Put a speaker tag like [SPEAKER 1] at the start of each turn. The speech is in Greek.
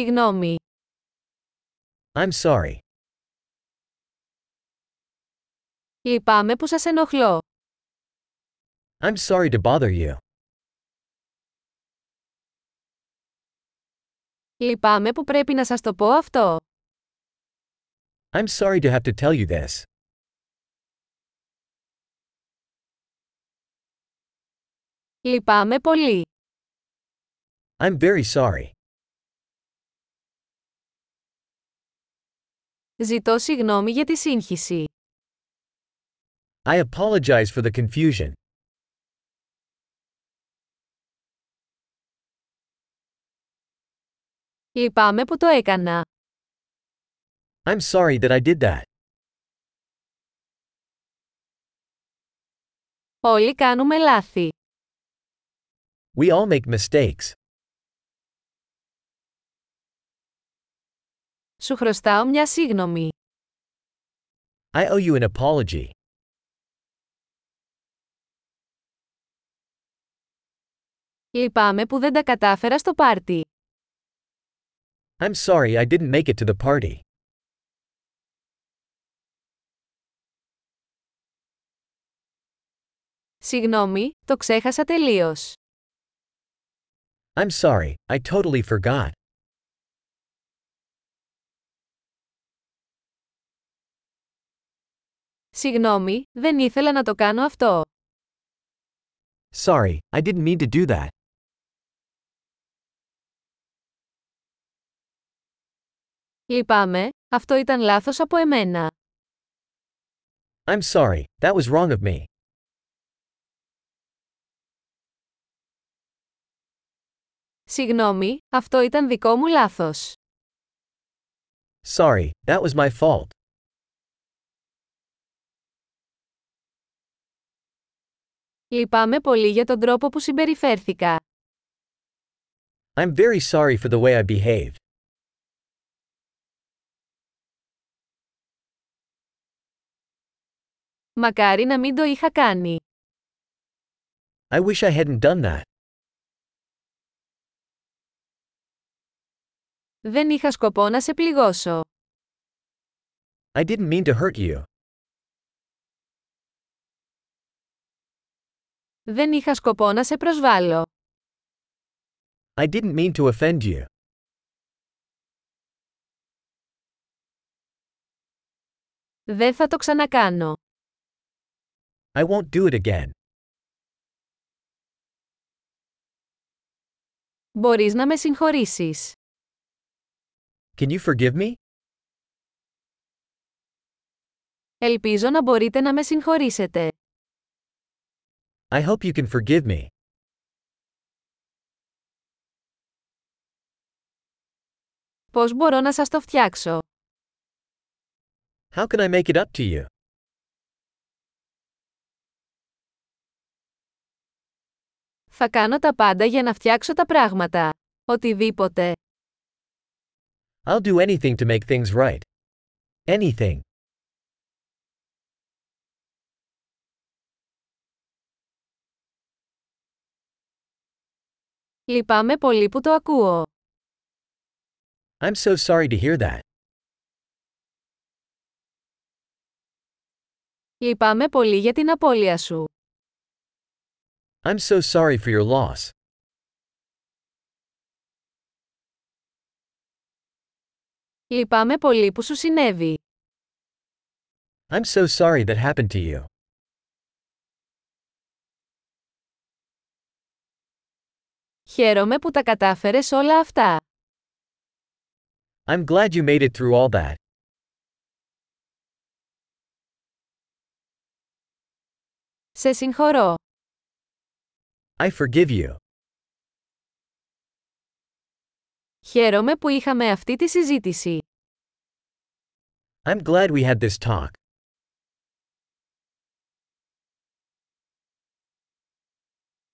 [SPEAKER 1] Συγγνώμη.
[SPEAKER 2] I'm sorry.
[SPEAKER 1] Λυπάμαι που σας ενοχλώ.
[SPEAKER 2] I'm sorry to bother you.
[SPEAKER 1] Λυπάμαι που πρέπει να σας το πω αυτό.
[SPEAKER 2] I'm sorry to have to tell you this.
[SPEAKER 1] Λυπάμαι πολύ.
[SPEAKER 2] I'm very sorry.
[SPEAKER 1] Ζητώ συγγνώμη για τη σύγχυση.
[SPEAKER 2] I apologize for the confusion.
[SPEAKER 1] Λυπάμαι που το έκανα.
[SPEAKER 2] I'm sorry that I did that.
[SPEAKER 1] Όλοι κάνουμε λάθη.
[SPEAKER 2] We all make mistakes.
[SPEAKER 1] Σου χρωστάω μια σύγγνωμη.
[SPEAKER 2] I owe you an apology.
[SPEAKER 1] Λυπάμαι που δεν τα κατάφερα στο πάρτι.
[SPEAKER 2] I'm sorry I didn't make it to the party.
[SPEAKER 1] Συγγνώμη, το ξέχασα τελείως.
[SPEAKER 2] I'm sorry, I totally forgot.
[SPEAKER 1] Συγγνώμη, δεν ήθελα να το κάνω αυτό.
[SPEAKER 2] Sorry, I didn't mean to do that.
[SPEAKER 1] Λυπάμαι, αυτό ήταν λάθος από εμένα.
[SPEAKER 2] I'm sorry, that was wrong of me.
[SPEAKER 1] Συγγνώμη, αυτό ήταν δικό μου λάθος.
[SPEAKER 2] Sorry, that was my fault.
[SPEAKER 1] Λυπάμαι πολύ για τον τρόπο που συμπεριφέρθηκα.
[SPEAKER 2] I'm very sorry for the way I behaved.
[SPEAKER 1] Μακάρι να μην το είχα κάνει.
[SPEAKER 2] I wish I hadn't done that.
[SPEAKER 1] Δεν είχα σκοπό να σε πληγώσω.
[SPEAKER 2] I didn't mean to hurt you.
[SPEAKER 1] Δεν είχα σκοπό να σε προσβάλλω.
[SPEAKER 2] I didn't mean to offend you.
[SPEAKER 1] Δεν θα το ξανακάνω.
[SPEAKER 2] I won't do it again.
[SPEAKER 1] Μπορείς να με συγχωρήσεις.
[SPEAKER 2] Can you forgive me?
[SPEAKER 1] Ελπίζω να μπορείτε να με συγχωρήσετε.
[SPEAKER 2] I hope you can forgive me.
[SPEAKER 1] Πώς μπορώ να σας το φτιάξω.
[SPEAKER 2] How can I make it up to you?
[SPEAKER 1] Θα κάνω τα πάντα για να φτιάξω τα πράγματα. Οτιδήποτε.
[SPEAKER 2] I'll do anything to make things right. Anything.
[SPEAKER 1] Λυπάμαι πολύ που το ακούω.
[SPEAKER 2] I'm so sorry to hear that.
[SPEAKER 1] Λυπάμαι πολύ για την απώλεια σου.
[SPEAKER 2] I'm so sorry for your loss.
[SPEAKER 1] Λυπάμαι πολύ που σου συνέβη.
[SPEAKER 2] I'm so sorry that happened to you.
[SPEAKER 1] Χαίρομαι που τα κατάφερες όλα αυτά.
[SPEAKER 2] I'm glad you made it through all that.
[SPEAKER 1] Σε συγχωρώ.
[SPEAKER 2] I forgive you.
[SPEAKER 1] Χαίρομαι που είχαμε αυτή τη συζήτηση.
[SPEAKER 2] I'm glad we had this talk.